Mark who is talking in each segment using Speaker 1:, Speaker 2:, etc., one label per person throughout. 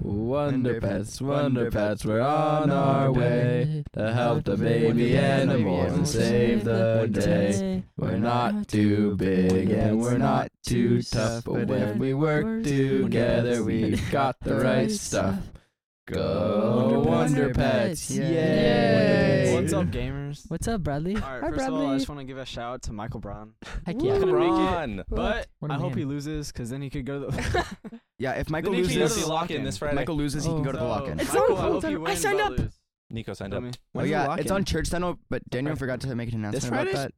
Speaker 1: Wonder Pets, Wonder Pets, we're on our way to help the baby animals and save the day. We're not too big and we're not too tough, but if we work together, we've got the right stuff. Go Wonder Pets, yay!
Speaker 2: What's up, gamers?
Speaker 3: What's up, Bradley?
Speaker 2: All right, first of all, I just want to give a shout out to Michael Brown.
Speaker 3: Heck
Speaker 2: yeah.
Speaker 3: yeah.
Speaker 2: Couldn't make it,
Speaker 4: Run.
Speaker 2: But
Speaker 3: What a
Speaker 2: I hope
Speaker 3: man.
Speaker 2: he loses, because then he could go to the.
Speaker 1: Yeah, if Michael
Speaker 2: Then he can go to
Speaker 1: loses,
Speaker 2: the
Speaker 1: if
Speaker 2: lock-in.
Speaker 4: lock-in this Friday.
Speaker 1: Michael loses, he can go to the
Speaker 2: So,
Speaker 1: lock-in.
Speaker 5: It's
Speaker 2: Michael,
Speaker 5: on
Speaker 2: I hope
Speaker 5: hold
Speaker 2: he
Speaker 5: on. I
Speaker 2: wins,
Speaker 5: signed
Speaker 2: I'll
Speaker 5: up.
Speaker 2: lose.
Speaker 4: Nico signed up.
Speaker 2: Dummy.
Speaker 1: Oh yeah, it's on Church Tunnel, but Daniel
Speaker 4: Right.
Speaker 1: forgot to make an announcement
Speaker 4: This
Speaker 1: about
Speaker 4: Friday's-
Speaker 1: that.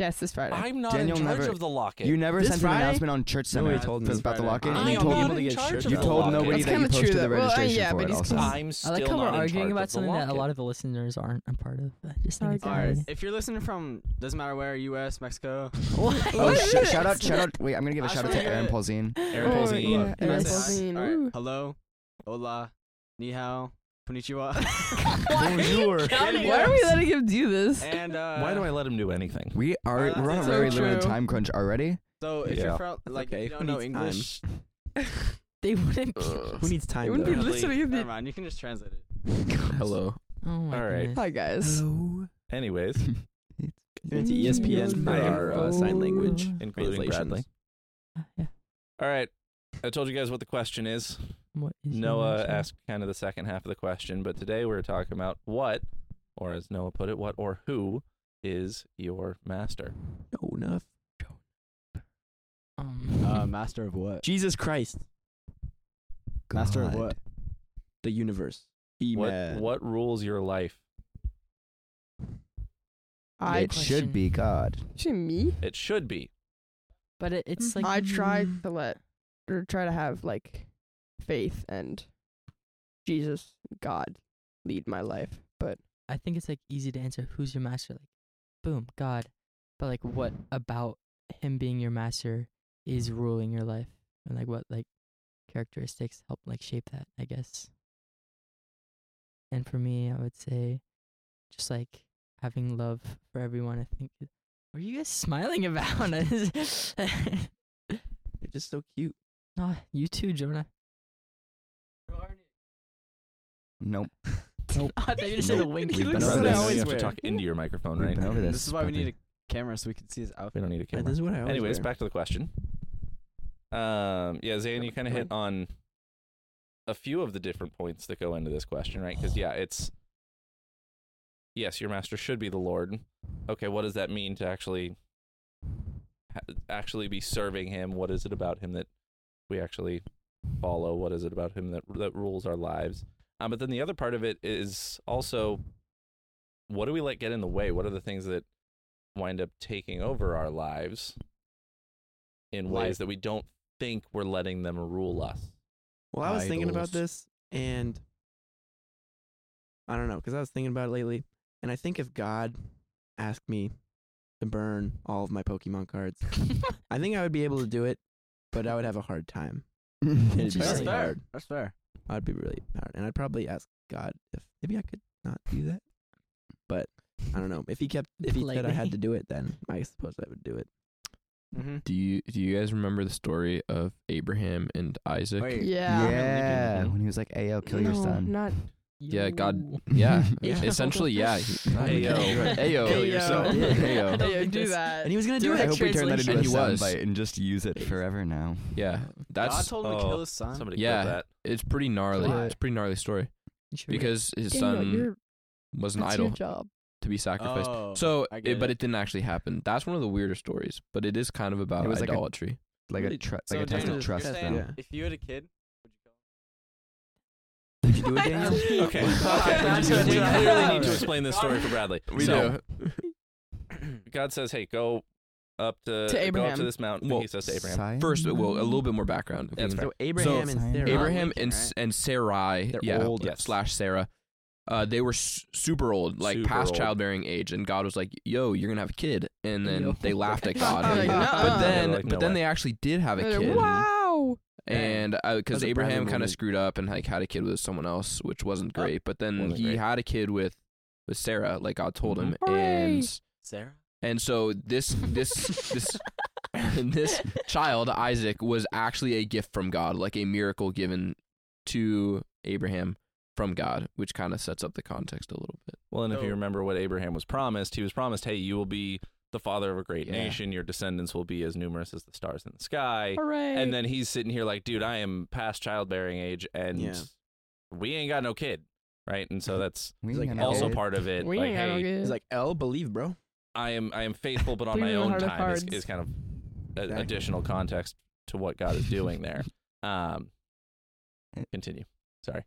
Speaker 5: Yes, this Friday.
Speaker 4: I'm not
Speaker 1: Daniel
Speaker 4: in charge
Speaker 1: never-
Speaker 4: of the lock-in.
Speaker 1: You never
Speaker 2: This
Speaker 1: sent an
Speaker 2: Friday?
Speaker 1: announcement on Church Center.
Speaker 2: he told me.
Speaker 1: about the lock-in.
Speaker 4: I'm
Speaker 1: You
Speaker 4: not
Speaker 1: told,
Speaker 4: in
Speaker 1: you
Speaker 4: charge
Speaker 1: told
Speaker 4: of the lock-in.
Speaker 1: nobody
Speaker 5: That's
Speaker 1: that you
Speaker 5: kinda true,
Speaker 1: posted the
Speaker 5: though. Well, uh,
Speaker 1: registration
Speaker 5: yeah,
Speaker 1: for
Speaker 5: but
Speaker 1: it.
Speaker 5: he's
Speaker 1: Also.
Speaker 5: close.
Speaker 4: I'm still
Speaker 3: I like how
Speaker 4: not
Speaker 3: we're
Speaker 4: in charge
Speaker 3: arguing
Speaker 4: of
Speaker 3: about
Speaker 4: the
Speaker 3: something that a
Speaker 4: lock-in.
Speaker 3: lot of the listeners aren't a part of. I just think it's
Speaker 5: Sorry, guys.
Speaker 3: funny.
Speaker 2: If you're listening from doesn't matter where, U.S., Mexico,
Speaker 3: What?
Speaker 1: Oh,
Speaker 5: What
Speaker 1: sh-
Speaker 5: is
Speaker 1: shout out,
Speaker 5: this?
Speaker 1: shout out. Wait, I'm gonna give a
Speaker 2: I
Speaker 1: shout out
Speaker 2: swear
Speaker 1: to Aaron
Speaker 2: to-
Speaker 1: Paulzine.
Speaker 4: Aaron
Speaker 5: Oh,
Speaker 4: Paulzine.
Speaker 5: yeah,
Speaker 2: Hello.
Speaker 5: Aaron
Speaker 2: Yes.
Speaker 5: Paulzine,
Speaker 2: All right.
Speaker 5: ooh.
Speaker 2: Hello, hola, ni hao, konnichiwa.
Speaker 1: Bonjour.
Speaker 5: Why are we letting him do this?
Speaker 2: and uh,
Speaker 4: Why do I let him do anything?
Speaker 1: We are
Speaker 2: Uh,
Speaker 1: we're on a
Speaker 2: it's
Speaker 1: very
Speaker 5: so
Speaker 1: limited
Speaker 5: true.
Speaker 1: time crunch already.
Speaker 2: So if
Speaker 4: Yeah.
Speaker 2: you're from like
Speaker 6: okay.
Speaker 2: if you
Speaker 6: Who
Speaker 2: don't know
Speaker 6: needs
Speaker 2: English,
Speaker 3: They wouldn't. Be-
Speaker 5: Ugh.
Speaker 6: Who needs time?
Speaker 5: They wouldn't be
Speaker 6: though?
Speaker 4: Apparently-
Speaker 5: listening. if
Speaker 2: never
Speaker 5: they-
Speaker 2: mind. You can just translate it.
Speaker 6: Hello.
Speaker 3: oh my
Speaker 4: All right.
Speaker 3: goodness.
Speaker 5: Hi guys.
Speaker 4: Anyways,
Speaker 6: You're into
Speaker 5: E Mm.
Speaker 6: ESPN for
Speaker 4: I am
Speaker 6: our uh, sign language
Speaker 4: including Bradley.
Speaker 6: translations.
Speaker 3: Yeah.
Speaker 4: All right. I told you guys what the question is.
Speaker 3: What is your
Speaker 4: Noah
Speaker 3: name, sir?
Speaker 4: asked kind of the second half of the question, but today we're talking about what, or as Noah put it, what or who is your master?
Speaker 6: No, enough.
Speaker 3: Um,
Speaker 2: Uh, master of what?
Speaker 6: Jesus Christ,
Speaker 2: Master of what?
Speaker 6: the universe.
Speaker 4: What what rules your life?
Speaker 5: I
Speaker 1: It should be God.
Speaker 5: actually me,
Speaker 4: It should be.
Speaker 3: but it, it's like
Speaker 5: I
Speaker 3: mm,
Speaker 5: tried to let or try to have like faith and Jesus, God, lead my life, but
Speaker 3: I think it's like easy to answer. Who's your master? Like, boom, God. But like, what about him being your master is ruling your life, and like, what like characteristics help like shape that? I guess. And for me, I would say, just like having love for everyone. I think. What are you guys smiling about?
Speaker 6: You're just so cute.
Speaker 3: no, you too, Jonah.
Speaker 1: Nope.
Speaker 3: I thought you were just said a
Speaker 1: Nope.
Speaker 3: wink.
Speaker 1: We've been
Speaker 4: Bradley,
Speaker 1: over
Speaker 6: so
Speaker 4: I know
Speaker 1: this.
Speaker 6: always
Speaker 4: you have to
Speaker 6: wear.
Speaker 4: talk into your microphone
Speaker 1: We've
Speaker 4: right
Speaker 1: been
Speaker 4: now.
Speaker 1: over this.
Speaker 2: This is why we
Speaker 1: Bradley.
Speaker 2: need a camera so we can see his outfit.
Speaker 4: We don't need a
Speaker 6: Yeah,
Speaker 4: camera.
Speaker 6: this is what I always
Speaker 4: Anyways,
Speaker 6: wear.
Speaker 4: back to the question. Um, yeah, Zane, you kind of hit on a few of the different points that go into this question, right? Because yeah, it's yes, your master should be the Lord. Okay, what does that mean to actually ha- actually be serving Him? What is it about Him that we actually follow? What is it about Him that that rules our lives? Um, but then the other part of it is also what do we let get in the way? What are the things that wind up taking over our lives in ways
Speaker 2: Life.
Speaker 4: that we don't think we're letting them rule us?
Speaker 6: Well, I was thinking
Speaker 2: Idols.
Speaker 6: about this, and I don't know, because I was thinking about it lately, and I think if God asked me to burn all of my Pokemon cards, I think I would be able to do it, but I would have a hard time. It'd be
Speaker 3: That's
Speaker 6: really
Speaker 3: fair.
Speaker 6: hard.
Speaker 2: That's fair.
Speaker 6: I'd be really hard, and I'd probably ask God if maybe I could not do that. But I don't know if he kept if he said I had
Speaker 3: Politely.
Speaker 6: to do it, then I suppose I would do it.
Speaker 2: Mm-hmm.
Speaker 6: Do you do you guys remember the story of Abraham and Isaac?
Speaker 2: Wait.
Speaker 5: yeah.
Speaker 1: Yeah, when he was like, "Ayo, kill your
Speaker 5: No,
Speaker 1: son."
Speaker 5: Not
Speaker 6: Yeah, God-
Speaker 3: Yo.
Speaker 6: Yeah,
Speaker 3: Yeah.
Speaker 6: essentially, yeah.
Speaker 4: Hey, yo.
Speaker 6: Hey, yo.
Speaker 4: Kill yourself.
Speaker 3: Hey,
Speaker 6: yo.
Speaker 3: I don't
Speaker 5: Ayo,
Speaker 3: think
Speaker 5: do
Speaker 3: that's-
Speaker 5: that.
Speaker 6: And he was gonna do,
Speaker 3: Do
Speaker 6: it.
Speaker 3: it.
Speaker 1: I hope we turn that into a
Speaker 6: And he was.
Speaker 1: soundbite and just use it forever now.
Speaker 6: Yeah, that's
Speaker 2: God told him to
Speaker 4: oh,
Speaker 2: kill his son.
Speaker 4: Somebody
Speaker 6: Yeah.
Speaker 4: killed that.
Speaker 6: it's pretty gnarly.
Speaker 2: Why?
Speaker 6: It's a pretty gnarly story
Speaker 3: You should read it.
Speaker 6: because his
Speaker 5: Daniel,
Speaker 6: son
Speaker 5: you're,
Speaker 6: was an
Speaker 5: that's
Speaker 6: idol
Speaker 5: your job.
Speaker 6: to be sacrificed.
Speaker 2: Oh,
Speaker 6: so,
Speaker 2: I
Speaker 6: it,
Speaker 2: get
Speaker 6: but
Speaker 2: it.
Speaker 6: it didn't actually happen. That's one of the weirder stories, but it is kind of about
Speaker 1: It was like a-
Speaker 6: idolatry.
Speaker 1: Like a
Speaker 6: Really?
Speaker 1: tr-
Speaker 2: so
Speaker 1: like a test
Speaker 2: Daniel,
Speaker 1: of trust.
Speaker 2: You're
Speaker 1: though.
Speaker 2: saying if you had a kid, would you kill
Speaker 1: Did
Speaker 2: him?
Speaker 1: you do it, Daniel?
Speaker 2: Okay,
Speaker 4: Okay. okay.
Speaker 2: that's
Speaker 4: We
Speaker 2: what
Speaker 4: clearly
Speaker 2: I'm
Speaker 4: need
Speaker 2: saying.
Speaker 4: to explain this story for Bradley. so, God says, "Hey, go up to,
Speaker 5: To
Speaker 4: Go up
Speaker 5: Abraham.
Speaker 4: to this mountain."
Speaker 7: Well,
Speaker 4: he says to Abraham.
Speaker 1: Science?
Speaker 7: First, well, a
Speaker 1: Mm-hmm.
Speaker 7: little bit more background. if
Speaker 4: That's
Speaker 7: you can-
Speaker 4: fair.
Speaker 6: So Abraham and Sarah.
Speaker 7: Abraham
Speaker 2: Lincoln,
Speaker 7: and
Speaker 2: right?
Speaker 7: and Sarai,
Speaker 4: They're
Speaker 7: yeah,
Speaker 4: old. Yes.
Speaker 7: slash Sarah, uh, they were s- super old, like
Speaker 4: Super
Speaker 7: past
Speaker 4: old.
Speaker 7: childbearing age, and God was like, "Yo, you're gonna have a kid," and then
Speaker 3: Yo.
Speaker 7: they laughed at
Speaker 5: Oh,
Speaker 7: God.
Speaker 5: yeah.
Speaker 7: But then,
Speaker 4: They're like,
Speaker 7: but
Speaker 4: "No
Speaker 7: then
Speaker 4: way."
Speaker 7: they actually did have a
Speaker 5: They're
Speaker 7: kid,
Speaker 5: like, wow.
Speaker 7: and
Speaker 6: That's
Speaker 7: because
Speaker 6: a
Speaker 7: Abraham
Speaker 6: Bradley
Speaker 7: kind of
Speaker 6: moment.
Speaker 7: screwed up and like had a kid with someone else, which wasn't
Speaker 4: Oh.
Speaker 7: great. But then
Speaker 4: Wasn't
Speaker 7: he
Speaker 4: great.
Speaker 7: had a kid with with Sarah, like God told him,
Speaker 5: Hooray.
Speaker 7: and
Speaker 2: Sarah.
Speaker 7: and so this this this this child Isaac was actually a gift from God, like a miracle given to Abraham from God, which kind of sets up the context a little bit.
Speaker 4: Well, and if you
Speaker 6: So-
Speaker 4: remember what Abraham was promised, he was promised, "Hey, you will be the father of a great
Speaker 7: Yeah.
Speaker 4: nation. Your descendants will be as numerous as the stars in the sky."
Speaker 5: Hooray!
Speaker 4: And then he's sitting here like, "Dude, I am past childbearing age, and
Speaker 6: Yeah.
Speaker 4: we ain't got no kid." Right, and so that's
Speaker 1: We
Speaker 6: It's
Speaker 1: ain't
Speaker 6: like
Speaker 1: got no
Speaker 4: also
Speaker 1: kid.
Speaker 4: part of it.
Speaker 5: we
Speaker 4: like,
Speaker 5: ain't got no
Speaker 4: hey,
Speaker 5: good.
Speaker 6: He's like, L, believe, bro.
Speaker 4: I am I am faithful, but on
Speaker 5: Believe in
Speaker 4: my
Speaker 5: the
Speaker 4: own
Speaker 5: heart of
Speaker 4: time is,
Speaker 5: cards.
Speaker 4: is kind of a,
Speaker 6: Exactly.
Speaker 4: additional context to what God is doing there. Um, continue. Sorry.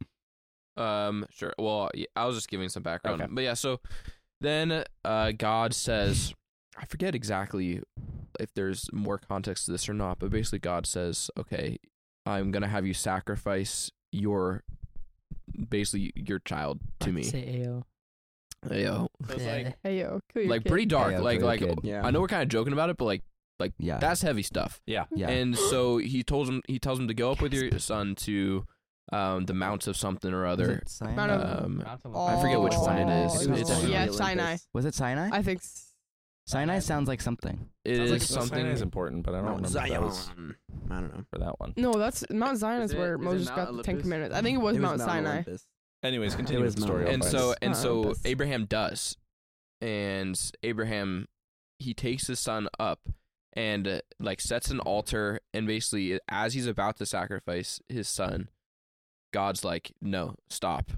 Speaker 7: Um, sure. Well, y- I was just giving some background,
Speaker 4: Okay.
Speaker 7: but yeah. So then, uh, God says, I forget exactly if there's more context to this or not, but basically, God says, "Okay, I'm gonna have you sacrifice your, basically your child to me."
Speaker 3: Say AO.
Speaker 7: Yo,
Speaker 3: Yeah.
Speaker 5: hey yo, kill your
Speaker 7: like
Speaker 5: kid.
Speaker 7: pretty dark.
Speaker 1: Yeah,
Speaker 7: like,
Speaker 1: pretty
Speaker 7: like
Speaker 1: kid.
Speaker 6: Yeah.
Speaker 7: I know we're kind of joking about it, but like,
Speaker 1: Yeah.
Speaker 7: that's heavy stuff.
Speaker 4: Yeah.
Speaker 1: yeah.
Speaker 7: And so he tells him he tells him to go up with your son to um, the mounts of something or
Speaker 1: was
Speaker 7: other.
Speaker 1: it Sinai?
Speaker 5: Mount of-
Speaker 7: Um,
Speaker 5: Oh,
Speaker 7: I forget which one it is.
Speaker 5: no.
Speaker 7: It's definitely
Speaker 5: yeah,
Speaker 6: Olympus.
Speaker 5: Sinai.
Speaker 1: was it Sinai?
Speaker 5: I think s-
Speaker 1: Sinai sounds like something.
Speaker 7: it
Speaker 4: Sounds
Speaker 7: is
Speaker 4: like
Speaker 7: something.
Speaker 4: is important, but I don't
Speaker 6: Mount
Speaker 4: remember if that was
Speaker 6: Zion. I don't know.
Speaker 4: for that one.
Speaker 5: no. That's Mount Zion
Speaker 2: Is
Speaker 5: is,
Speaker 2: it-
Speaker 5: where
Speaker 2: is it
Speaker 5: Moses
Speaker 2: Mount
Speaker 5: got the Ten
Speaker 2: Olympus?
Speaker 5: Commandments. I think it
Speaker 6: Mm.
Speaker 5: was, Mount, Sinai.
Speaker 4: Anyways,
Speaker 6: It
Speaker 4: continue
Speaker 6: was
Speaker 4: with the story.
Speaker 6: Mount
Speaker 4: I'll
Speaker 7: and
Speaker 4: find
Speaker 7: so
Speaker 4: it.
Speaker 7: and
Speaker 5: Oh,
Speaker 7: so
Speaker 5: that's-
Speaker 7: Abraham does, and Abraham he takes his son up and uh, like sets an altar and basically as he's about to sacrifice his son, God's like no stop,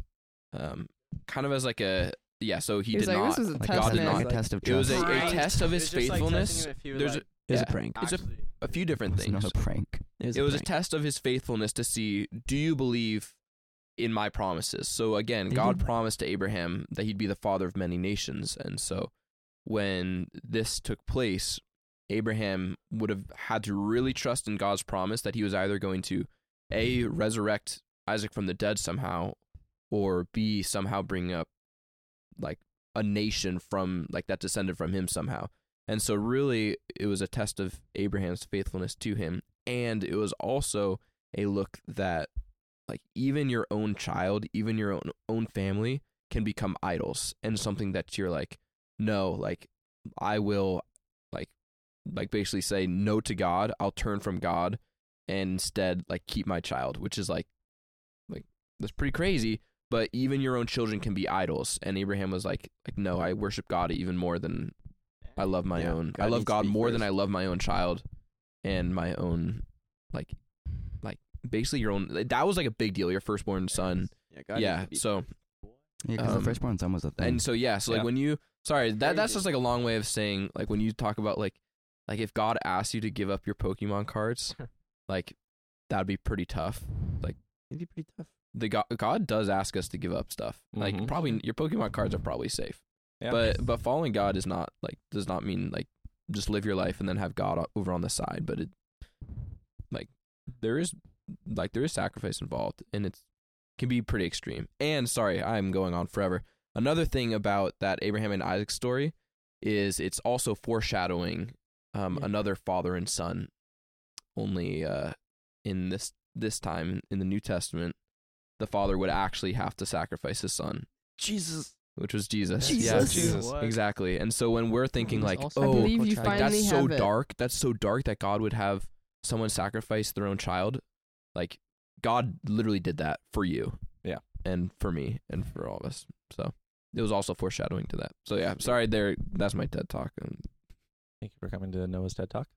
Speaker 7: um, kind of as like a yeah. So he
Speaker 5: He's
Speaker 7: did
Speaker 5: like,
Speaker 7: not.
Speaker 5: this is a
Speaker 1: Like
Speaker 5: test,
Speaker 7: God did
Speaker 5: man.
Speaker 1: like
Speaker 7: not.
Speaker 1: a test of
Speaker 7: It was
Speaker 1: trust.
Speaker 7: a, a
Speaker 2: Right.
Speaker 7: test of his
Speaker 2: It's just, like,
Speaker 7: faithfulness.
Speaker 2: testing him if he was,
Speaker 7: There's
Speaker 2: like,
Speaker 6: It was a
Speaker 7: Yeah.
Speaker 6: prank.
Speaker 7: it's a-
Speaker 2: actually-
Speaker 7: a few different
Speaker 1: It's
Speaker 7: things.
Speaker 1: not a prank.
Speaker 7: It was a
Speaker 6: prank.
Speaker 7: test of his faithfulness to see do you believe in my promises? So again,
Speaker 3: They
Speaker 7: God
Speaker 3: did-
Speaker 7: promised to Abraham that he'd be the father of many nations. And so when this took place, Abraham would have had to really trust in God's promise that he was either going to A resurrect Isaac from the dead somehow or B somehow bring up like a nation from like that descended from him somehow. And so really it was a test of Abraham's faithfulness to him and it was also a look that like even your own child, even your own own family can become idols and something that you're like no, like I will like like basically say no to God, I'll turn from God and instead like keep my child, which is like like that's pretty crazy, but even your own children can be idols and Abraham was like like no, I worship God even more than I love my
Speaker 6: Yeah,
Speaker 7: own.
Speaker 6: God
Speaker 7: I
Speaker 6: needs
Speaker 7: love
Speaker 6: to
Speaker 7: God
Speaker 6: be
Speaker 7: more than
Speaker 6: first.
Speaker 7: I love my own child and my own like like basically your own that was like a big deal your firstborn son
Speaker 6: Yeah. God
Speaker 7: yeah
Speaker 6: needs to be-
Speaker 7: so
Speaker 1: Yeah, because
Speaker 7: Um,
Speaker 1: the firstborn son was a thing.
Speaker 7: and so yeah so like
Speaker 4: Yeah.
Speaker 7: when you sorry that that's
Speaker 4: Crazy.
Speaker 7: just like a long way of saying like when you talk about like like if god asks you to give up your pokemon cards like that'd be pretty tough
Speaker 6: It'd be pretty tough.
Speaker 7: the god, god does ask us to give up stuff like
Speaker 4: Mhm.
Speaker 7: probably your pokemon cards are probably safe
Speaker 4: Yeah.
Speaker 7: but but following god is not like does not mean like just live your life and then have god o- over on the side but it like there is like there is sacrifice involved and it's can be pretty extreme and sorry i'm going on forever another thing about that abraham and isaac story is it's also foreshadowing um
Speaker 3: Yeah.
Speaker 7: another father and son only uh in this this time in the new testament the father would actually have to sacrifice his son
Speaker 6: Jesus.
Speaker 7: which was jesus,
Speaker 4: Yeah,
Speaker 7: Yeah.
Speaker 5: Jesus.
Speaker 4: Jesus.
Speaker 2: What?
Speaker 7: Exactly. And so when we're thinking
Speaker 3: Who's
Speaker 7: like,
Speaker 3: also-
Speaker 5: I
Speaker 7: oh,
Speaker 5: believe you
Speaker 3: Like,
Speaker 7: like,
Speaker 5: finally
Speaker 7: that's so
Speaker 5: have it.
Speaker 7: dark. That's so dark that God would have someone sacrifice their own child. Like God literally did that for you.
Speaker 4: Yeah.
Speaker 7: And for me and for all of us. So it was also foreshadowing to that. So yeah, sorry there that's my TED talk. Um,
Speaker 4: Thank you for coming to Noah's TED Talk.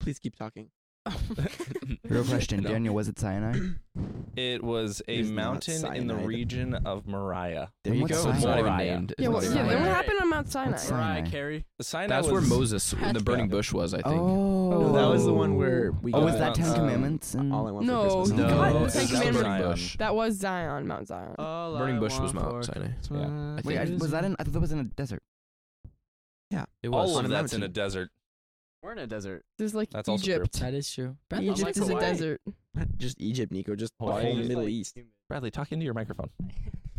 Speaker 6: Please keep talking.
Speaker 1: Real question,
Speaker 7: No.
Speaker 1: Daniel, was it Sinai?
Speaker 4: It was a
Speaker 6: It is not
Speaker 4: mountain in the
Speaker 6: cyanide.
Speaker 4: region of Moriah.
Speaker 1: Then
Speaker 7: There you
Speaker 1: what's
Speaker 7: go. It's
Speaker 1: Sinai?
Speaker 7: not even
Speaker 4: Moriah.
Speaker 7: named. It's
Speaker 5: Yeah,
Speaker 7: not
Speaker 5: well,
Speaker 7: even
Speaker 5: yeah. Then
Speaker 7: named.
Speaker 5: what
Speaker 2: Sinai.
Speaker 5: happened on Mount Sinai?
Speaker 1: What's Sinai?
Speaker 2: Mariah Carey.
Speaker 4: The Sinai
Speaker 7: That's
Speaker 4: was,
Speaker 7: where Moses in the
Speaker 3: That's-
Speaker 7: burning bush was, I think.
Speaker 1: Oh,
Speaker 6: No, that was the one where
Speaker 1: Oh,
Speaker 6: we. got um,
Speaker 1: was that
Speaker 4: Mount
Speaker 1: Ten
Speaker 4: Zion.
Speaker 1: Commandments? And
Speaker 6: all I want
Speaker 5: Mm. No,
Speaker 6: for Christmas?
Speaker 5: No, God,
Speaker 4: it
Speaker 5: it's Ten
Speaker 4: was Mount
Speaker 5: Commandments.
Speaker 7: Burning
Speaker 4: Zion.
Speaker 7: bush.
Speaker 5: That was Zion, Mount Zion.
Speaker 2: All
Speaker 7: Burning
Speaker 2: I
Speaker 7: bush was
Speaker 2: want
Speaker 7: Mount
Speaker 2: for-
Speaker 7: Sinai. Yeah.
Speaker 4: Mm.
Speaker 2: I
Speaker 1: Wait, I,
Speaker 7: think-
Speaker 1: was that in? I thought that was in a desert.
Speaker 7: It
Speaker 4: All
Speaker 7: was.
Speaker 4: of
Speaker 6: On a
Speaker 4: that's in a
Speaker 6: mountain.
Speaker 4: desert.
Speaker 2: We're in a desert.
Speaker 5: There's like
Speaker 4: That's also true.
Speaker 5: Egypt.
Speaker 3: that is true. Brad,
Speaker 2: Egypt
Speaker 5: Egypt
Speaker 2: like
Speaker 5: is a
Speaker 2: Hawaii.
Speaker 5: desert.
Speaker 6: Not just Egypt, Nico. Just
Speaker 2: Oh,
Speaker 6: the
Speaker 4: Hawaii.
Speaker 6: whole
Speaker 4: Just,
Speaker 6: Middle
Speaker 2: like,
Speaker 6: East.
Speaker 2: humid.
Speaker 4: Bradley, talk into your microphone.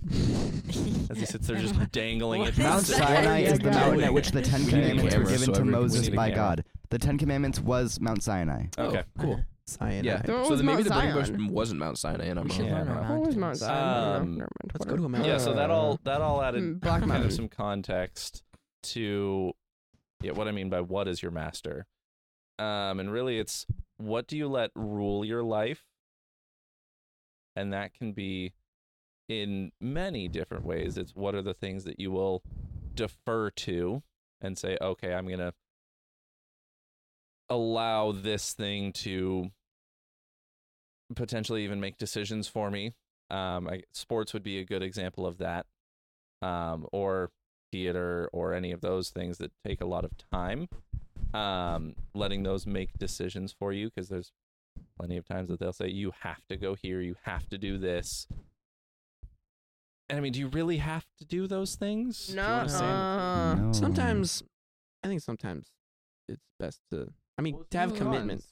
Speaker 4: As he sits there just dangling it.
Speaker 1: Mount
Speaker 3: Exactly.
Speaker 1: Sinai is the
Speaker 3: Yeah,
Speaker 1: mountain
Speaker 3: yeah.
Speaker 1: at which the Ten
Speaker 7: We need a
Speaker 1: Commandments were
Speaker 7: camera so
Speaker 1: given to
Speaker 7: everyone can
Speaker 1: Moses
Speaker 4: see the
Speaker 1: by
Speaker 4: camera.
Speaker 1: God. The Ten Commandments was Mount Sinai.
Speaker 4: Okay.
Speaker 6: Oh.
Speaker 7: cool.
Speaker 6: Cyanide.
Speaker 7: Yeah.
Speaker 5: That one
Speaker 7: So
Speaker 5: was
Speaker 7: then maybe
Speaker 5: Mount
Speaker 7: the burning bush
Speaker 5: Zion.
Speaker 7: wasn't Mount Sinai, and I'm
Speaker 3: We
Speaker 7: wrong.
Speaker 3: should learn
Speaker 4: Yeah.
Speaker 3: our
Speaker 5: What was Mount
Speaker 3: mountains.
Speaker 5: Zion?
Speaker 4: Um,
Speaker 5: Never mind.
Speaker 6: Let's go to a mountain.
Speaker 4: Yeah, so that all that all added
Speaker 5: Mm, Black
Speaker 4: kind
Speaker 5: Mountain.
Speaker 4: of some context to yeah, what I mean by what is your master. Um, and really it's what do you let rule your life and that can be in many different ways. It's what are the things that you will defer to and say, okay, I'm going to allow this thing to potentially even make decisions for me. Um, I, sports would be a good example of that, um, or theater, or any of those things that take a lot of time. Um, letting those make decisions for you because there's plenty of times that they'll say you have to go here, you have to do this. And I mean, do you really have to do those things?
Speaker 5: No.
Speaker 2: say
Speaker 5: Uh,
Speaker 1: No.
Speaker 6: Sometimes, I think sometimes it's best to. I mean, to have commitment,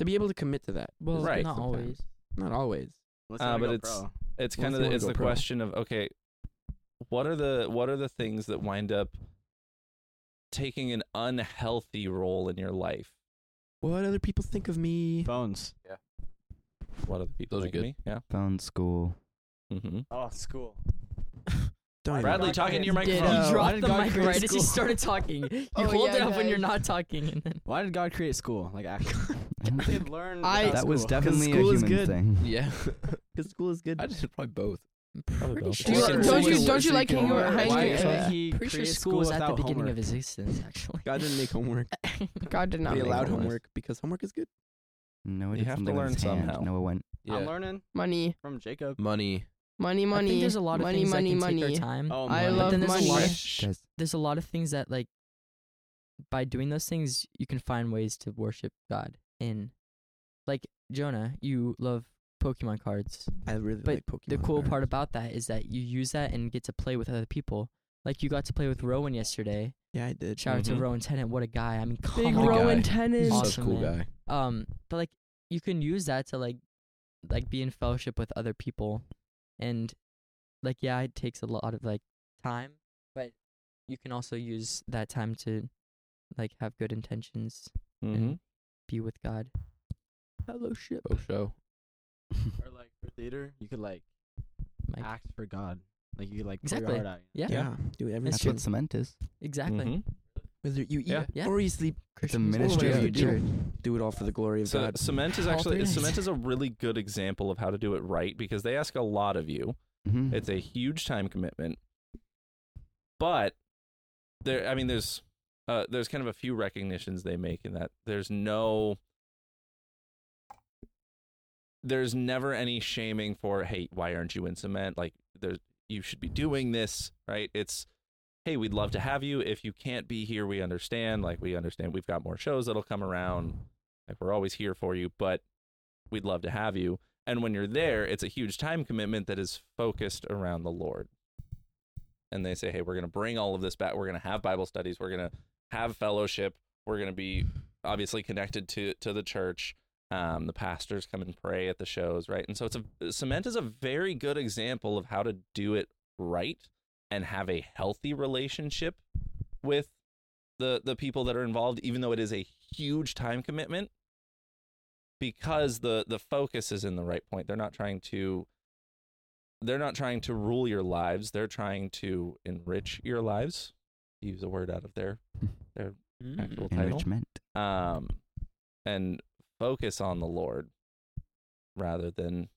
Speaker 6: to be able to commit to that.
Speaker 3: Well,
Speaker 4: Right.
Speaker 3: not
Speaker 6: Sometimes.
Speaker 3: always.
Speaker 6: Not always.
Speaker 4: Uh, but it's- it's
Speaker 6: Well,
Speaker 4: kind of
Speaker 6: if you
Speaker 4: the,
Speaker 6: wanna
Speaker 4: it's
Speaker 6: go
Speaker 4: the
Speaker 6: pro.
Speaker 4: question of okay what are the what are the things that wind up taking an unhealthy role in your life
Speaker 6: What other people think of me?
Speaker 2: phones.
Speaker 4: what other people
Speaker 7: Those are
Speaker 4: think of me? yeah
Speaker 1: Found school.
Speaker 4: mm-hmm.
Speaker 2: Oh, school.
Speaker 6: Don't even-
Speaker 4: bradley talking to your
Speaker 3: Ditto.
Speaker 4: microphone
Speaker 3: You
Speaker 2: Why
Speaker 3: dropped
Speaker 2: did
Speaker 3: the
Speaker 2: God
Speaker 3: mic
Speaker 2: create
Speaker 3: right as you
Speaker 2: school?
Speaker 3: started talking. You
Speaker 5: Oh,
Speaker 3: hold it
Speaker 5: yeah,
Speaker 3: up when you're
Speaker 5: guys.
Speaker 3: not talking, and then
Speaker 2: Why did God create school? Like, actually,
Speaker 1: I don't think-
Speaker 2: could learn.
Speaker 5: I-
Speaker 2: without
Speaker 1: that was
Speaker 2: school.
Speaker 1: definitely a
Speaker 6: school
Speaker 1: human
Speaker 6: is good.
Speaker 1: thing.
Speaker 7: Yeah.
Speaker 6: Because school is good.
Speaker 7: I just did probably both.
Speaker 3: pretty
Speaker 4: both.
Speaker 3: sure.
Speaker 5: Do you,
Speaker 7: Or
Speaker 5: don't
Speaker 7: can
Speaker 5: you don't
Speaker 7: someone-
Speaker 5: you,
Speaker 7: or so you
Speaker 5: like
Speaker 7: can
Speaker 5: hanging
Speaker 7: work.
Speaker 5: around?
Speaker 7: Why
Speaker 5: hanging
Speaker 7: is
Speaker 5: around-
Speaker 7: that?
Speaker 2: he
Speaker 3: Pretty sure
Speaker 2: created
Speaker 3: school was at the
Speaker 2: without
Speaker 3: beginning
Speaker 2: homework.
Speaker 3: of existence, actually.
Speaker 6: God didn't make homework.
Speaker 5: God did not.
Speaker 6: we
Speaker 5: make
Speaker 6: allowed
Speaker 5: it.
Speaker 6: homework. because homework is good.
Speaker 1: Noah
Speaker 4: You
Speaker 1: did
Speaker 4: have to
Speaker 1: something
Speaker 4: learn
Speaker 1: with his hand.
Speaker 4: somehow.
Speaker 1: Noah went.
Speaker 7: Yeah.
Speaker 2: I'm learning
Speaker 5: Money,
Speaker 2: from Jacob.
Speaker 7: Money. uh,
Speaker 5: money,
Speaker 3: I
Speaker 5: money.
Speaker 3: think there's a lot of
Speaker 5: money,
Speaker 3: things
Speaker 5: money,
Speaker 3: that can
Speaker 5: money.
Speaker 3: take our time.
Speaker 5: I
Speaker 2: Oh, money.
Speaker 3: but
Speaker 5: love
Speaker 3: then there's
Speaker 5: money.
Speaker 3: a lot. Of,
Speaker 1: Shh, guys.
Speaker 3: there's a lot of things that like by doing those things you can find ways to worship God in. Like Jonah, you love Pokemon cards.
Speaker 6: I really
Speaker 3: But
Speaker 6: like Pokemon.
Speaker 3: the cool
Speaker 6: cards.
Speaker 3: part about that is that you use that and get to play with other people. Like you got to play with Rowan yesterday.
Speaker 6: Yeah, I did.
Speaker 3: Shout out
Speaker 4: Mhm.
Speaker 3: to Rowan Tennant. What a guy! I mean, come
Speaker 5: Big
Speaker 3: on.
Speaker 7: Rowan
Speaker 5: Rowan
Speaker 7: He's
Speaker 5: Tennant.
Speaker 3: Oh Awesome.
Speaker 7: such a cool
Speaker 3: man.
Speaker 7: guy.
Speaker 3: Um, but like you can use that to like like be in fellowship with other people and like yeah, it takes a lot of like time, but you can also use that time to like have good intentions,
Speaker 4: mm-hmm.
Speaker 3: be with God. Fellowship.
Speaker 7: Oh, show.
Speaker 2: Or like for theater, you could like
Speaker 3: Mike.
Speaker 2: act for God. Like you could like pour
Speaker 3: Exactly.
Speaker 2: your heart out.
Speaker 3: Yeah,
Speaker 6: Yeah, do
Speaker 1: That's
Speaker 6: everything.
Speaker 1: what cement is.
Speaker 3: exactly.
Speaker 4: Mm-hmm.
Speaker 6: Whether you eat
Speaker 4: Yeah.
Speaker 3: Yeah.
Speaker 6: or you sleep,
Speaker 1: The
Speaker 3: Christian
Speaker 6: or
Speaker 1: ministry
Speaker 6: whatever
Speaker 1: of
Speaker 6: you
Speaker 1: the
Speaker 6: do,
Speaker 1: church.
Speaker 6: do it all for the glory of
Speaker 4: So
Speaker 6: God.
Speaker 4: cement is
Speaker 3: All
Speaker 4: actually
Speaker 3: three days.
Speaker 4: cement is a really good example of how to do it right because they ask a lot of you.
Speaker 1: Mhm.
Speaker 4: It's a huge time commitment. But there I mean there's uh there's kind of a few recognitions they make in that there's no there's never any shaming for hey why aren't you in cement like there's you should be doing this right it's hey we'd love to have you if you can't be here we understand like we understand we've got more shows that'll come around like we're always here for you but we'd love to have you and when you're there, it's a huge time commitment that is focused around the Lord. And they say, hey, we're going to bring all of this back. We're going to have Bible studies. We're going to have fellowship. We're going to be obviously connected to, to the church. Um, the pastors come and pray at the shows, right? And so it's a cement is a very good example of how to do it right and have a healthy relationship with the the people that are involved, even though it is a huge time commitment because the the focus is in the right point they're not trying to they're not trying to rule your lives they're trying to enrich your lives to use a word out of their their
Speaker 7: Mm-hmm.
Speaker 4: actual title
Speaker 1: Enrichment.
Speaker 4: um and focus on the lord rather than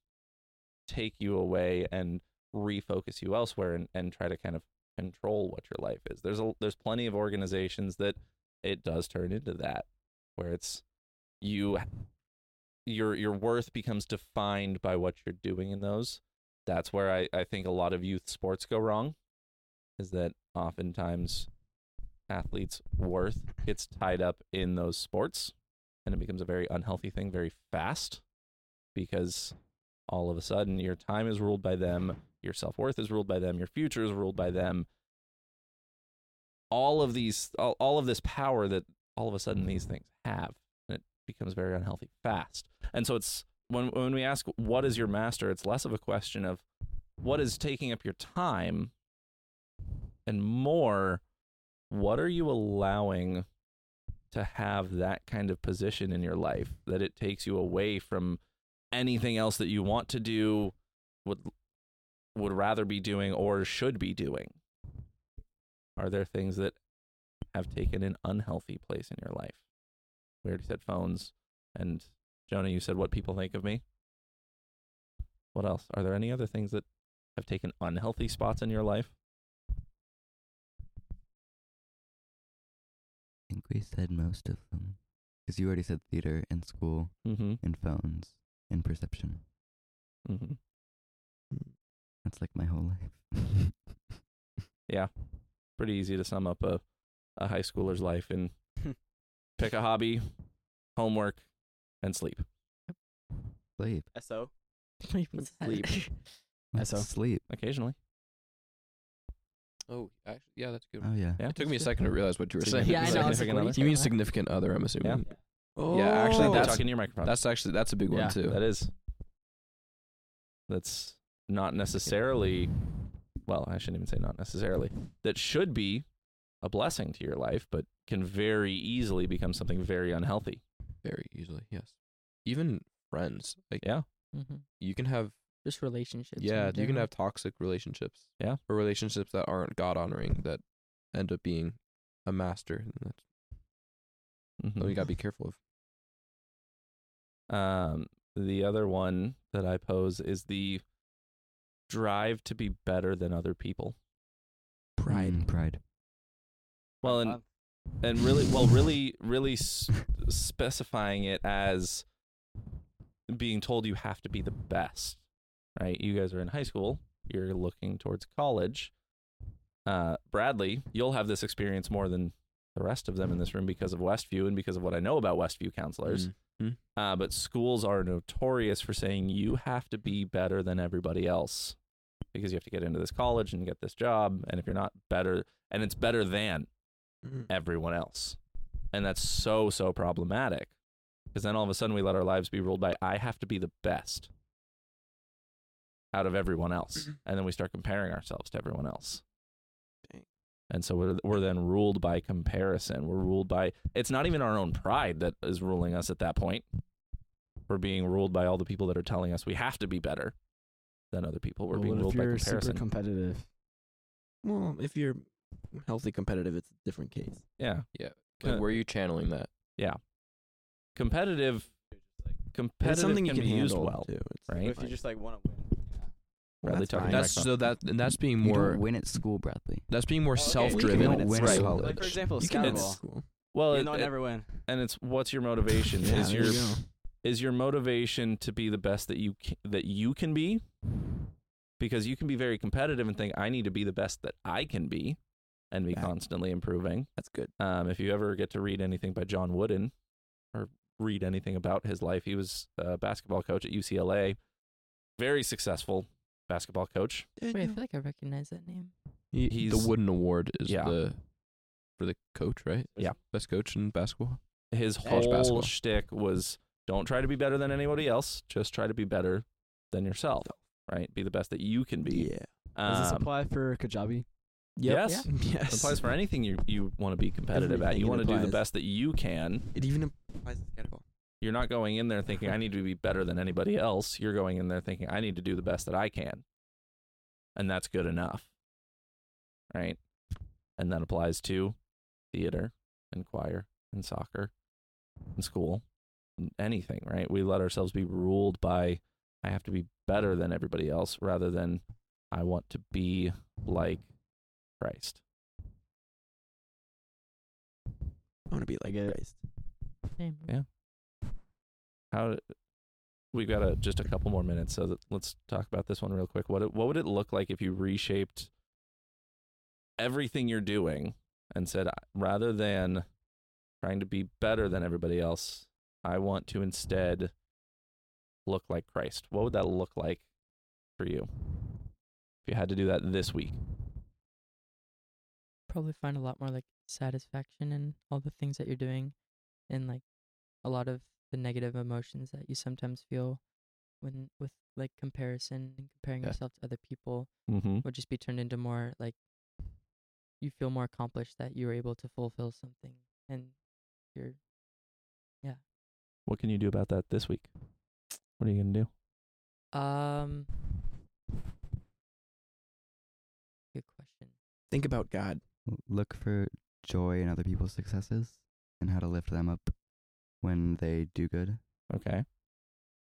Speaker 4: take you away and refocus you elsewhere and, and try to kind of control what your life is there's a there's plenty of organizations that it does turn into that where it's you your your worth becomes defined by what you're doing in those that's where i i think a lot of youth sports go wrong is that oftentimes athletes worth gets tied up in those sports and it becomes a very unhealthy thing very fast because all of a sudden your time is ruled by them your self-worth is ruled by them your future is ruled by them all of these all, all of this power that all of a sudden these things have and it becomes very unhealthy fast and so it's when when we ask what is your master it's less of a question of what is taking up your time and more what are you allowing to have that kind of position in your life that it takes you away from anything else that you want to do would would rather be doing or should be doing are there things that have taken an unhealthy place in your life we already said phones and jonah you said what people think of me What else? Are there any other things that have taken unhealthy spots in your life?
Speaker 1: I think we said most of them. Because you already said theater and school
Speaker 4: Mm-hmm.
Speaker 1: and phones and perception.
Speaker 4: Mm-hmm.
Speaker 1: That's like my whole life.
Speaker 4: Pretty easy to sum up a, a high schooler's life and pick a hobby, homework, and sleep.
Speaker 1: sleep.
Speaker 2: So
Speaker 3: What's that?
Speaker 6: sleep.
Speaker 1: Let's
Speaker 2: SO.
Speaker 1: sleep.
Speaker 4: Occasionally.
Speaker 7: Oh, actually, yeah, that's a good.
Speaker 1: Oh yeah.
Speaker 4: Yeah.
Speaker 7: It took me a second to realize what you were saying.
Speaker 3: Yeah, I know. I was like,
Speaker 4: Significant
Speaker 3: what are
Speaker 4: other?
Speaker 7: You mean significant other? I'm
Speaker 4: Yeah.
Speaker 7: assuming.
Speaker 6: Oh,
Speaker 7: Yeah, actually,
Speaker 4: Actually,
Speaker 7: that's-
Speaker 4: talking to your microphone.
Speaker 7: That's actually that's a big
Speaker 4: Yeah,
Speaker 7: one too.
Speaker 4: That is. That's not necessarily. Well, I shouldn't even say not necessarily. That should be a blessing to your life, but can very easily become something very unhealthy.
Speaker 7: Very easily, yes. Even friends, like
Speaker 4: Yeah.
Speaker 3: hmm
Speaker 7: you can have
Speaker 3: Just relationships. in
Speaker 7: Mm-hmm. yeah, you can
Speaker 3: general.
Speaker 7: have toxic relationships.
Speaker 4: Yeah.
Speaker 7: or relationships that aren't God honoring that end up being a master. and That's
Speaker 4: Mm-hmm.
Speaker 7: something Oh, you gotta be careful of.
Speaker 4: Um, the other one that I pose is the drive to be better than other people.
Speaker 1: Pride. Mm, pride.
Speaker 4: Well, and and really, well, really, really s- specifying it as being told you have to be the best, right? You guys are in high school. You're looking towards college. Uh, Bradley, you'll have this experience more than the rest of them in this room because of Westview and because of what I know about Westview counselors. Uh, but schools are notorious for saying you have to be better than everybody else because you have to get into this college and get this job. And if you're not better, and it's better than everyone else. And that's so, so problematic because then all of a sudden we let our lives be ruled by I have to be the best out of everyone else. And then we start comparing ourselves to everyone else.
Speaker 6: Dang.
Speaker 4: And so we're, we're then ruled by comparison. We're ruled by, it's not even our own pride that is ruling us at that point. We're being ruled by all the people that are telling us we have to be better than other people. We're being ruled by comparison.
Speaker 2: competitive?
Speaker 6: Well, if you're healthy competitive, it's a different case.
Speaker 4: yeah.
Speaker 7: Like,
Speaker 4: Uh,
Speaker 7: where are you channeling that?
Speaker 4: Competitive.
Speaker 6: But
Speaker 4: Competitive
Speaker 6: it's something
Speaker 4: can,
Speaker 6: you can
Speaker 4: be
Speaker 6: handle
Speaker 4: used well,
Speaker 6: too. It's
Speaker 4: right?
Speaker 2: If you just like want to win,
Speaker 6: well,
Speaker 4: Bradley
Speaker 6: that's
Speaker 4: Tucker.
Speaker 6: fine.
Speaker 7: That's
Speaker 4: microphone.
Speaker 7: so that and that's being
Speaker 1: You
Speaker 7: more
Speaker 1: don't win at school, Bradley.
Speaker 7: that's being more
Speaker 2: Oh, okay.
Speaker 7: self-driven.
Speaker 1: You don't win
Speaker 6: Right.
Speaker 1: at
Speaker 6: Well,
Speaker 1: school.
Speaker 2: like for example,
Speaker 6: you can
Speaker 2: scout
Speaker 6: it's
Speaker 2: ball.
Speaker 6: cool.
Speaker 4: Well,
Speaker 2: you
Speaker 4: it-
Speaker 2: know, I
Speaker 4: it-
Speaker 2: never win.
Speaker 4: and it's what's your motivation?
Speaker 6: Yeah,
Speaker 4: is
Speaker 6: there
Speaker 4: your
Speaker 6: you go.
Speaker 4: is your motivation to be the best that you can, that you can be? Because you can be very competitive and think I need to be the best that I can be, and be
Speaker 6: Yeah.
Speaker 4: constantly improving.
Speaker 6: that's good.
Speaker 4: Um, if you ever get to read anything by John Wooden or read anything about his life, he was a basketball coach at UCLA, very successful basketball coach.
Speaker 3: Wait, I feel like I recognize that name.
Speaker 7: He-
Speaker 4: he's-
Speaker 7: the Wooden Award is
Speaker 4: Yeah.
Speaker 7: the for the coach, right?
Speaker 4: Yeah.
Speaker 7: best coach in basketball.
Speaker 4: his
Speaker 7: College
Speaker 4: whole
Speaker 7: basketball.
Speaker 4: shtick was don't try to be better than anybody else, just try to be better than yourself, right? Be the best that you can be.
Speaker 6: yeah.
Speaker 2: Does this
Speaker 4: Um,
Speaker 2: apply for Kajabi?
Speaker 4: Yes.
Speaker 3: Yeah.
Speaker 4: It
Speaker 6: Yes.
Speaker 4: applies for anything you, you want to be competitive at.
Speaker 6: Everything
Speaker 4: You
Speaker 6: it
Speaker 4: want to do the
Speaker 6: applies.
Speaker 4: best that you can.
Speaker 6: It even applies to cannibal.
Speaker 4: You're not going in there thinking, I need to be better than anybody else. You're going in there thinking, I need to do the best that I can. And that's good enough. Right? And that applies to theater and choir and soccer and school and anything, right? We let ourselves be ruled by, I have to be better than everybody else rather than, I want to be like Christ.
Speaker 6: I want to be like
Speaker 2: get it.
Speaker 6: Christ.
Speaker 3: Name.
Speaker 4: Yeah. how we've got a, just a couple more minutes so that, let's talk about this one real quick what it, what would it look like if you reshaped everything you're doing and said rather than trying to be better than everybody else i want to instead look like christ what would that look like for you if you had to do that this week
Speaker 3: probably find a lot more like satisfaction in all the things that you're doing and like a lot of the negative emotions that you sometimes feel when with like comparison and comparing
Speaker 7: Yeah.
Speaker 3: yourself to other people
Speaker 4: mm-hmm.
Speaker 3: would just be turned into more like you feel more accomplished that you were able to fulfill something and you're
Speaker 4: what can you do about that this week what are you gonna do
Speaker 3: um good question
Speaker 6: Think about God.
Speaker 1: Look for joy in other people's successes and how to lift them up when they do good.
Speaker 4: okay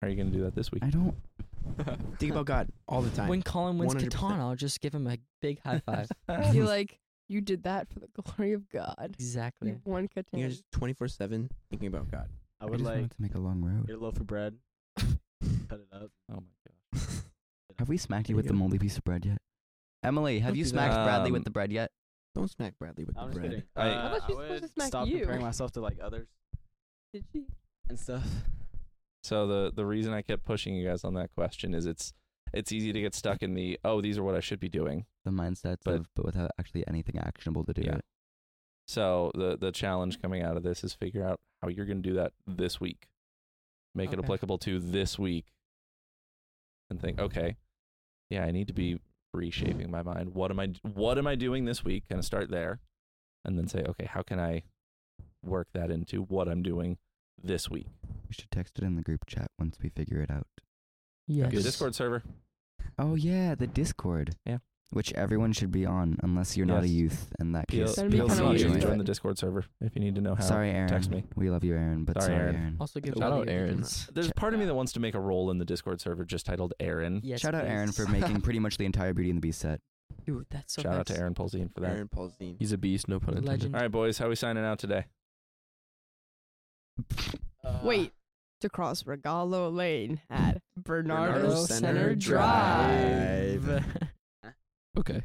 Speaker 4: how are you gonna do that this week
Speaker 1: I don't
Speaker 6: Think about God all the time.
Speaker 3: When Colin wins
Speaker 6: 100%.
Speaker 3: Katana, I'll just give him a big high five.
Speaker 5: You're like, you did that for the glory of God.
Speaker 3: exactly.
Speaker 5: You won Catan.
Speaker 6: you guys twenty four seven thinking about God.
Speaker 1: I
Speaker 2: I would
Speaker 1: just
Speaker 2: like
Speaker 1: wanted to make a long road.
Speaker 2: get a loaf of bread, cut it up.
Speaker 4: Oh my god.
Speaker 1: Have we smacked you
Speaker 6: There
Speaker 1: with
Speaker 6: you
Speaker 1: the
Speaker 6: go.
Speaker 1: moldy piece of bread yet? Emily, have
Speaker 6: Don't
Speaker 1: you
Speaker 6: do that.
Speaker 1: smacked Bradley with
Speaker 4: Um,
Speaker 1: the bread yet?
Speaker 6: Don't smack Bradley with the
Speaker 2: I'm just
Speaker 6: bread.
Speaker 2: kidding.
Speaker 4: I- I
Speaker 2: Uh,
Speaker 5: thought she was supposed
Speaker 2: would
Speaker 5: to smack
Speaker 2: stop
Speaker 5: you.
Speaker 2: comparing myself to like others
Speaker 5: Did she?
Speaker 2: and stuff.
Speaker 4: So the the reason I kept pushing you guys on that question is it's it's easy to get stuck in the oh these are what I should be doing.
Speaker 1: The mindsets
Speaker 4: But-
Speaker 1: of, but without actually anything actionable to do
Speaker 4: Yeah.
Speaker 1: it.
Speaker 4: So the the challenge coming out of this is figure out how you're going to do that this week. Make it
Speaker 3: Okay.
Speaker 4: applicable to this week. And think, okay, yeah, I need to be reshaping my mind. What am I what am I doing this week? Kind of start there and then say, okay, how can I work that into what I'm doing this week?
Speaker 1: We should text it in the group chat once we figure it out.
Speaker 3: Yes.
Speaker 4: The Discord server.
Speaker 1: Oh yeah, the Discord.
Speaker 4: Yeah.
Speaker 1: Which everyone should be on, unless you're not a
Speaker 4: Yes.
Speaker 1: youth. In that
Speaker 4: PL-
Speaker 1: case,
Speaker 5: That'd be
Speaker 1: please
Speaker 5: kinda
Speaker 1: do
Speaker 5: what
Speaker 4: PLC,
Speaker 5: you
Speaker 1: join.
Speaker 5: do.
Speaker 4: join the Discord server if you need to know how.
Speaker 1: Sorry, Aaron.
Speaker 4: Text me.
Speaker 1: We love you, Aaron. But
Speaker 4: Sorry,
Speaker 1: sorry, Aaron.
Speaker 4: Aaron.
Speaker 3: Also give
Speaker 1: Shout
Speaker 3: Bradley
Speaker 1: out
Speaker 3: a big
Speaker 1: Aaron's.
Speaker 3: high five.
Speaker 4: There's
Speaker 1: Check
Speaker 4: part of me
Speaker 1: that.
Speaker 4: that wants to make a role in the Discord server just titled Aaron.
Speaker 3: Yes,
Speaker 1: Shout out Aaron
Speaker 3: please.
Speaker 1: for making pretty much the entire Beauty and the Beast set.
Speaker 3: Dude, that's so
Speaker 4: Shout out to
Speaker 3: nice.
Speaker 4: Aaron Polzine for that.
Speaker 6: Aaron Paul Zine.
Speaker 7: He's a beast, no pun intended.
Speaker 3: Legend.
Speaker 4: All right, boys, how we signing out today?
Speaker 2: Uh,
Speaker 5: Wait. To cross Regalo Lane at Bernardo,
Speaker 6: Bernardo
Speaker 5: Center,
Speaker 6: Center
Speaker 5: Drive.
Speaker 6: Drive.
Speaker 7: Okay.